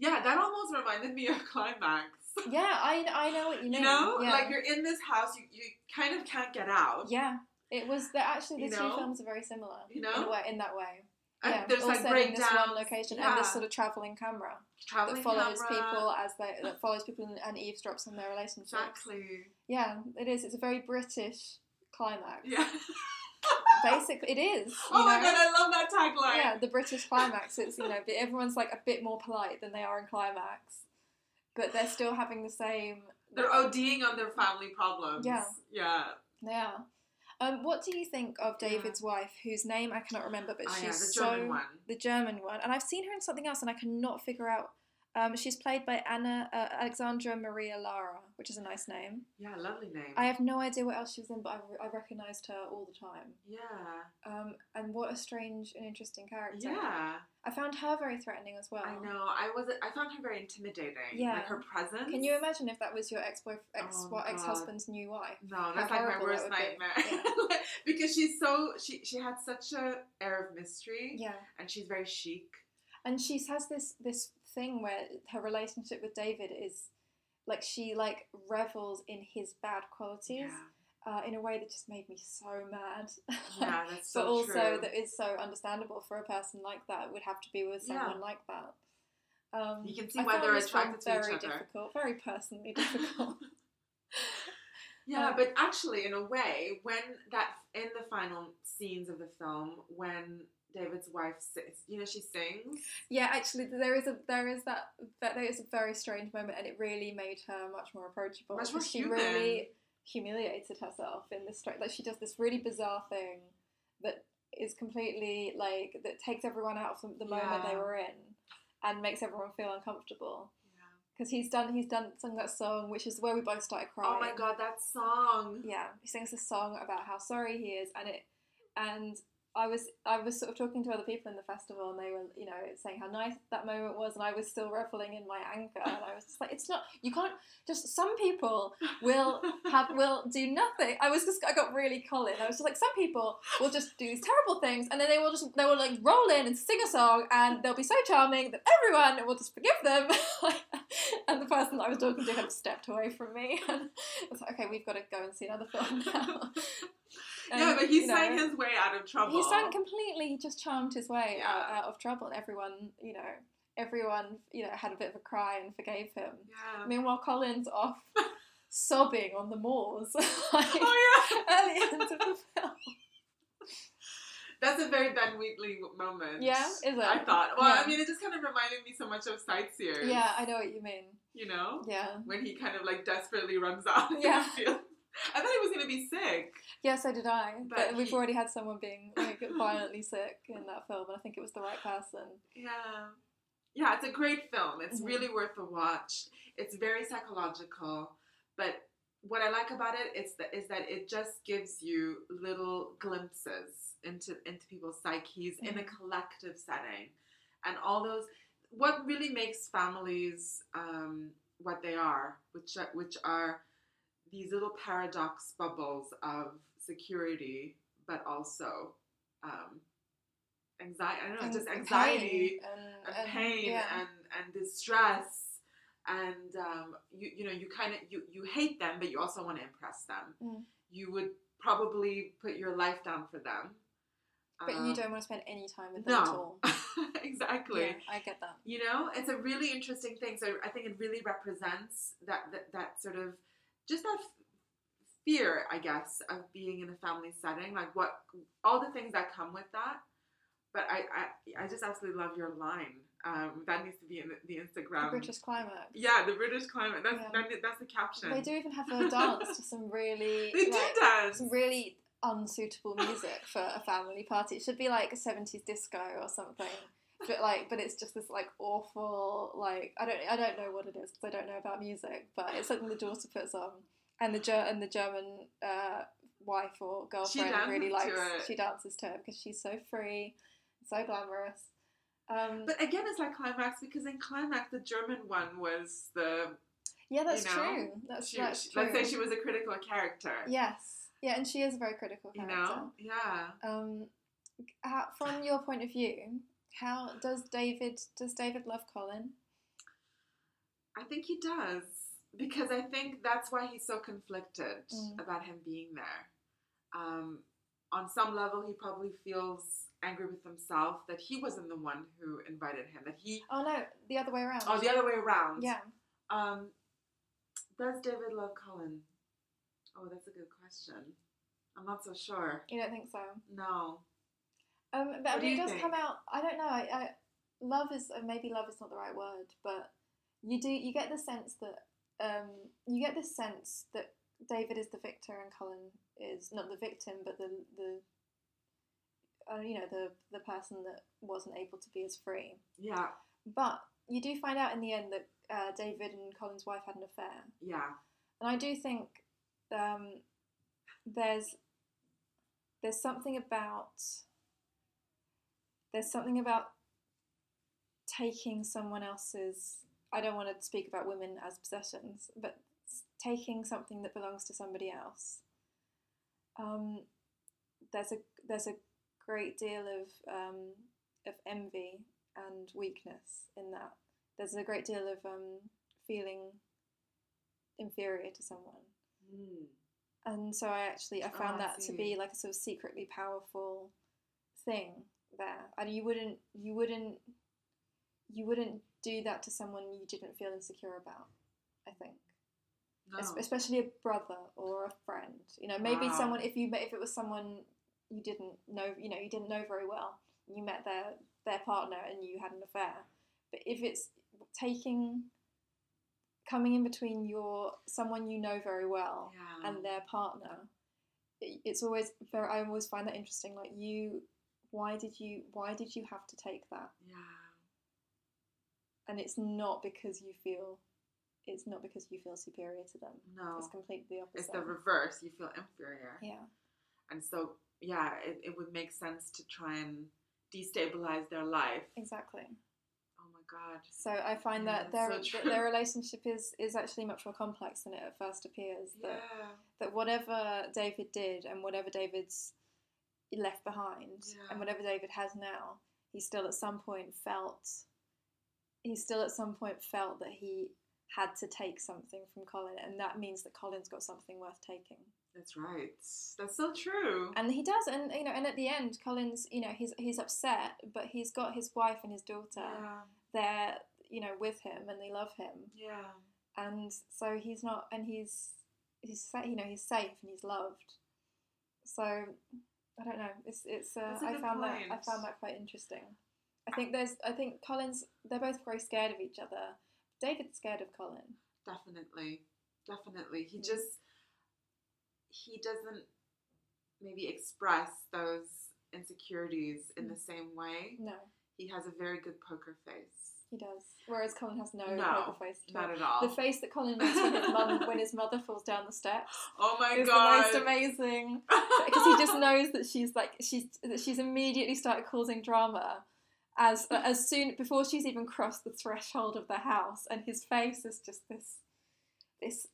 Speaker 2: Yeah, that almost reminded me of climax.
Speaker 1: Yeah, I, I know what you
Speaker 2: You
Speaker 1: mean.
Speaker 2: know,
Speaker 1: yeah.
Speaker 2: like you're in this house, you, you kind of can't get out.
Speaker 1: yeah, it was that actually
Speaker 2: You
Speaker 1: the two
Speaker 2: know?
Speaker 1: films are very similar.
Speaker 2: You
Speaker 1: in,
Speaker 2: know?
Speaker 1: a way, in that way.
Speaker 2: And
Speaker 1: yeah,
Speaker 2: Uh, there's
Speaker 1: all
Speaker 2: like
Speaker 1: set in this one
Speaker 2: breakdowns.
Speaker 1: location
Speaker 2: yeah.
Speaker 1: and this sort of traveling camera that
Speaker 2: traveling
Speaker 1: follows
Speaker 2: camera.
Speaker 1: people as they that follows people and, and eavesdrops on their relationships.
Speaker 2: Exactly.
Speaker 1: Yeah, it is. It's a very British climax.
Speaker 2: Yeah.
Speaker 1: Basically, it is.
Speaker 2: Oh
Speaker 1: you
Speaker 2: my
Speaker 1: know?
Speaker 2: god, I love that tagline.
Speaker 1: Yeah, the British climax. It's you know, but everyone's like a bit more polite than they are in climax, but they're still having the same.
Speaker 2: They're ODing on their family problems.
Speaker 1: Yeah.
Speaker 2: Yeah.
Speaker 1: They are. Um, what do you think of
Speaker 2: Yeah.
Speaker 1: David's wife, whose name I cannot remember, but
Speaker 2: Oh,
Speaker 1: she's
Speaker 2: yeah, the
Speaker 1: so
Speaker 2: German one.
Speaker 1: the German one, and I've seen her in something else, and I cannot figure out. Um, she's played by Anna uh, Alexandra Maria Lara, which is a nice name.
Speaker 2: Yeah, lovely name.
Speaker 1: I have no idea what else she was in, but I, re- I recognised her all the time.
Speaker 2: yeah.
Speaker 1: Um, and what a strange and interesting character.
Speaker 2: Yeah.
Speaker 1: I found her very threatening as well.
Speaker 2: I know. I was I found her very intimidating.
Speaker 1: Yeah.
Speaker 2: Like her presence.
Speaker 1: Can you imagine if that was your ex-boyf- ex
Speaker 2: Oh, God.
Speaker 1: ex husband's new wife?
Speaker 2: No, that's like my
Speaker 1: horrible
Speaker 2: worst
Speaker 1: that would be.
Speaker 2: nightmare. because she's so she she had such a air of mystery
Speaker 1: Yeah.
Speaker 2: and she's very chic.
Speaker 1: and she has this this thing where her relationship with David is like she like revels in his bad qualities uh, in a way that just made me so mad.
Speaker 2: Yeah, that's so
Speaker 1: but also
Speaker 2: true.
Speaker 1: that is so understandable for a person like that would have to be with
Speaker 2: Yeah.
Speaker 1: someone like that. Um,
Speaker 2: You can see
Speaker 1: I
Speaker 2: why
Speaker 1: found
Speaker 2: they're
Speaker 1: this film
Speaker 2: attracted to each
Speaker 1: very
Speaker 2: other.
Speaker 1: difficult, very personally difficult.
Speaker 2: Yeah,
Speaker 1: Um,
Speaker 2: but actually, in a way, when that in the final scenes of the film, when David's wife, sits, you know, she sings.
Speaker 1: yeah, actually, there is a there is that that there is a very strange moment, and it really made her much more approachable.
Speaker 2: Much more
Speaker 1: because she
Speaker 2: human.
Speaker 1: really humiliated herself in this stra- like she does this really bizarre thing that is completely like that takes everyone out of the moment
Speaker 2: Yeah.
Speaker 1: they were in and makes everyone feel uncomfortable because he's done he's done sung that song, which is where we both started crying.
Speaker 2: Oh my god, that song.
Speaker 1: Yeah, he sings this song about how sorry he is, and it and I was I was sort of talking to other people in the festival, and they were you know saying how nice that moment was, and I was still reveling in my anger, and I was just like, it's not you can't just some people will have will do nothing. I was just I got really Colin. I was just like some people will just do these terrible things, and then they will just they will like roll in and sing a song, and they'll be so charming that everyone will just forgive them. and the person that I was talking to kind of stepped away from me, and I was like, okay, we've got to go and see another film now.
Speaker 2: yeah,
Speaker 1: Um,
Speaker 2: but he
Speaker 1: you know,
Speaker 2: sang his way out of trouble.
Speaker 1: he sang completely, he just charmed his way out,
Speaker 2: Yeah.
Speaker 1: out of trouble, and everyone, you know, everyone, you know, had a bit of a cry and forgave him.
Speaker 2: Yeah.
Speaker 1: Meanwhile, Colin's off sobbing on the moors like,
Speaker 2: Oh yeah.
Speaker 1: at the end of the film.
Speaker 2: That's a very Ben Wheatley w- moment.
Speaker 1: Yeah, is it?
Speaker 2: I thought. Well,
Speaker 1: Yeah.
Speaker 2: I mean, it just kind of reminded me so much of Sightseers.
Speaker 1: Yeah, I know what you mean.
Speaker 2: You know,
Speaker 1: Yeah.
Speaker 2: when he kind of like desperately runs out. in the
Speaker 1: Yeah.
Speaker 2: field. I thought he was gonna be sick.
Speaker 1: Yeah, so did I. But,
Speaker 2: But
Speaker 1: we've
Speaker 2: he-
Speaker 1: already had someone being like violently sick in that film, and I think it was the right person.
Speaker 2: Yeah. Yeah, it's a great film. It's
Speaker 1: Mhm.
Speaker 2: really worth a watch. It's very psychological, but what I like about it is that is that it just gives you little glimpses into into people's psyches in a
Speaker 1: Mhm.
Speaker 2: collective setting, and all those what really makes families um, what they are, which are, which are these little paradox bubbles of security, but also um, anxiety. I don't know,
Speaker 1: And
Speaker 2: just
Speaker 1: pain
Speaker 2: anxiety
Speaker 1: and,
Speaker 2: and, pain
Speaker 1: yeah.
Speaker 2: and and distress and um, you you know you kind of you you hate them but you also want to impress them
Speaker 1: Mm.
Speaker 2: you would probably put your life down for them
Speaker 1: but you
Speaker 2: Um,
Speaker 1: don't want to spend any time with them at all.
Speaker 2: no exactly
Speaker 1: Yeah, I get that.
Speaker 2: you know it's a really interesting thing so i think it really represents that that, that sort of just that f- fear i guess of being in a family setting like what all the things that come with that but i i, I just absolutely love your line um, that needs to be in the, the instagram
Speaker 1: the British climax.
Speaker 2: yeah the british climate that's
Speaker 1: Yeah.
Speaker 2: that- that's the caption
Speaker 1: They do even have a dance to some really
Speaker 2: They do
Speaker 1: like,
Speaker 2: dance
Speaker 1: some really unsuitable music for a family party. It should be like a seventies disco or something. But like, but it's just this like awful like I don't I don't know what it is because I don't know about music. But it's something the daughter puts on, and the Ger- and the German uh, wife or girlfriend
Speaker 2: dances
Speaker 1: really
Speaker 2: to
Speaker 1: likes.
Speaker 2: it.
Speaker 1: She dances to it because she's so free, so glamorous. Um,
Speaker 2: but again it's like climax because in climax the german one was the
Speaker 1: yeah, that's
Speaker 2: you know,
Speaker 1: true. That's,
Speaker 2: she,
Speaker 1: that's
Speaker 2: she-
Speaker 1: true.
Speaker 2: let's say she was a critical character
Speaker 1: Yes. Yeah, and she is a very critical
Speaker 2: you
Speaker 1: character.
Speaker 2: know yeah
Speaker 1: Um, how, from your point of view, how does David does David love Colin?
Speaker 2: I think he does because I think that's why he's so conflicted
Speaker 1: Mm.
Speaker 2: about him being there. Um, on some level, he probably feels angry with himself that he wasn't the one who invited him. That he,
Speaker 1: Oh no, the other way around.
Speaker 2: oh, the other way around.
Speaker 1: yeah.
Speaker 2: Um, does David love Colin? Oh, that's a good question. I'm not so sure.
Speaker 1: You don't think so?
Speaker 2: No.
Speaker 1: Um, but I
Speaker 2: What do
Speaker 1: mean, it
Speaker 2: you
Speaker 1: does
Speaker 2: think?
Speaker 1: come out. I don't know. I, I love is uh, maybe love is not the right word, but you do you get the sense that um you get the sense that David is the victor and Colin is not the victim, but the the. Uh, you know the the person that wasn't able to be as free.
Speaker 2: Yeah.
Speaker 1: But you do find out in the end that uh, David and Colin's wife had an affair,
Speaker 2: Yeah.
Speaker 1: and I do think um, there's there's something about there's something about taking someone else's. I don't want to speak about women as possessions, but s- taking something that belongs to somebody else. Um, there's a there's a great deal of um, of envy and weakness in that. There's a great deal of um, feeling inferior to someone.
Speaker 2: Mm.
Speaker 1: And so I actually I
Speaker 2: Oh,
Speaker 1: found
Speaker 2: I
Speaker 1: that to
Speaker 2: see.
Speaker 1: be like a sort of secretly powerful thing there. And you wouldn't you wouldn't you wouldn't do that to someone you didn't feel insecure about, I think.
Speaker 2: No.
Speaker 1: Es- Especially a brother or a friend. You know, maybe
Speaker 2: Wow.
Speaker 1: someone if you met if it was someone you didn't know, you know, you didn't know very well. You met their their partner and you had an affair. But if it's taking coming in between your someone you know very well
Speaker 2: yeah.
Speaker 1: and their partner it- it's always very i always find that interesting like you why did you why did you have to take that
Speaker 2: yeah.
Speaker 1: and it's not because you feel it's not because you feel superior to them.
Speaker 2: No,
Speaker 1: It's completely the opposite.
Speaker 2: Oh. it's the reverse. You feel inferior,
Speaker 1: yeah.
Speaker 2: and so yeah, it, it would make sense to try and destabilize their life.
Speaker 1: Exactly.
Speaker 2: Oh my god.
Speaker 1: So I find
Speaker 2: Yeah,
Speaker 1: that their
Speaker 2: that's Mm, so
Speaker 1: that
Speaker 2: true.
Speaker 1: their relationship is is actually much more complex than it at first appears. That
Speaker 2: Yeah.
Speaker 1: that whatever David did and whatever David's left behind
Speaker 2: Yeah.
Speaker 1: and whatever David has now, he still at some point felt he still at some point felt that he had to take something from Colin and that means that Colin's got something worth taking.
Speaker 2: That's right. That's so true.
Speaker 1: And he does and you know and at the end Colin's you know he's he's upset but he's got his wife and his daughter
Speaker 2: yeah.
Speaker 1: there you know with him and they love him
Speaker 2: Yeah.
Speaker 1: and so he's not and he's he's sa- you know he's safe and he's loved so i don't know it's it's uh,
Speaker 2: That's a
Speaker 1: i
Speaker 2: good
Speaker 1: found that i
Speaker 2: point.
Speaker 1: found that quite interesting i think there's i think colin's they're both very scared of each other david's scared of colin
Speaker 2: Definitely. Definitely. He
Speaker 1: Mm.
Speaker 2: just he doesn't maybe express those insecurities in the
Speaker 1: Mm.
Speaker 2: same way.
Speaker 1: no
Speaker 2: He has a very good poker face.
Speaker 1: he does whereas colin has no,
Speaker 2: No,
Speaker 1: poker face at
Speaker 2: Not
Speaker 1: all.
Speaker 2: at all.
Speaker 1: the face that colin makes when his mum when his mother falls down the steps
Speaker 2: oh my
Speaker 1: is
Speaker 2: god.
Speaker 1: the most amazing because he just knows that she's like she's that she's immediately started causing drama as as soon before she's even crossed the threshold of the house and his face is just this this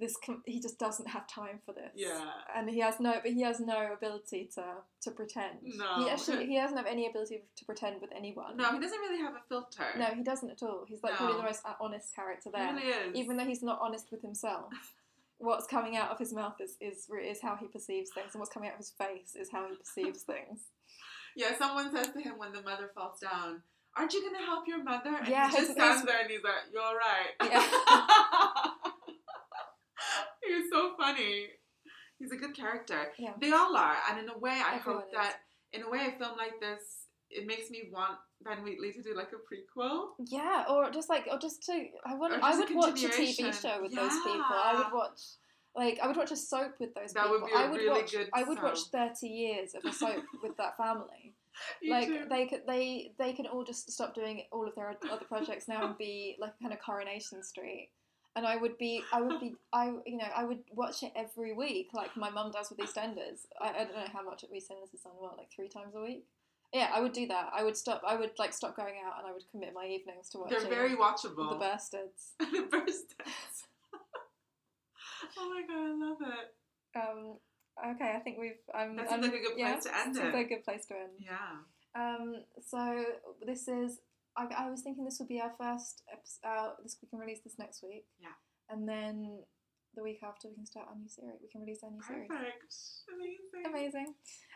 Speaker 1: this com- he just doesn't have time for this
Speaker 2: Yeah.
Speaker 1: and he has no but he has no ability to to pretend
Speaker 2: No.
Speaker 1: he actually he doesn't have any ability to pretend with anyone
Speaker 2: No, he doesn't really have a filter.
Speaker 1: no he doesn't at all he's like probably
Speaker 2: No.
Speaker 1: the most uh, honest character
Speaker 2: he
Speaker 1: there
Speaker 2: really is.
Speaker 1: even though he's not honest with himself, what's coming out of his mouth is, is is how he perceives things, and what's coming out of his face is how he perceives things.
Speaker 2: Yeah, someone says to him when the mother falls down, Aren't you gonna help your mother? And
Speaker 1: Yeah,
Speaker 2: he just
Speaker 1: his-
Speaker 2: stands
Speaker 1: his-
Speaker 2: there and he's like, You're right. he's so funny. He's a good character.
Speaker 1: Yeah.
Speaker 2: They all are. And in a way I
Speaker 1: Everyone
Speaker 2: hope
Speaker 1: is.
Speaker 2: that in a way a film like this it makes me want Van Wheatley to do like a prequel.
Speaker 1: Yeah, or just like, or just to, I would,
Speaker 2: Or
Speaker 1: I
Speaker 2: just a
Speaker 1: would watch a
Speaker 2: continuation.
Speaker 1: TV show with those people. I
Speaker 2: Yeah.
Speaker 1: would watch, like, I would watch a soap with those
Speaker 2: That
Speaker 1: people.
Speaker 2: would be a
Speaker 1: I would
Speaker 2: really
Speaker 1: watch,
Speaker 2: good
Speaker 1: I would watch
Speaker 2: soap.
Speaker 1: thirty years of a soap with that family.
Speaker 2: You
Speaker 1: like
Speaker 2: too.
Speaker 1: they could, they they can all just stop doing all of their other projects now and be like kind of Coronation Street. And I would be, I would be, I you know, I would watch it every week, like my mum does with EastEnders. I, I don't know how much EastEnders is on, what like three times a week. Yeah, I would do that. I would stop. I would like stop going out, and I would commit my evenings to watching.
Speaker 2: They're very
Speaker 1: the
Speaker 2: watchable.
Speaker 1: Bastards.
Speaker 2: The best. oh my god, I love it.
Speaker 1: Um, okay, I think we've. Um,
Speaker 2: That
Speaker 1: I'm,
Speaker 2: seems like a good
Speaker 1: yeah,
Speaker 2: place to end
Speaker 1: seems
Speaker 2: it.
Speaker 1: like a good place to end.
Speaker 2: Yeah.
Speaker 1: Um, so this is. I, I was thinking this would be our first episode. Uh, this we can release this next week.
Speaker 2: Yeah.
Speaker 1: And then the week after we can start our new series. We can release our new series.
Speaker 2: Perfect. Amazing.
Speaker 1: Amazing.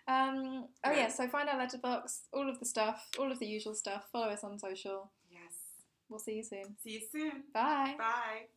Speaker 1: Um, oh yeah.
Speaker 2: Yeah.
Speaker 1: So find our letterbox, all of the stuff, all of the usual stuff. Follow us on social.
Speaker 2: Yes.
Speaker 1: We'll see you soon.
Speaker 2: See you soon.
Speaker 1: Bye.
Speaker 2: Bye.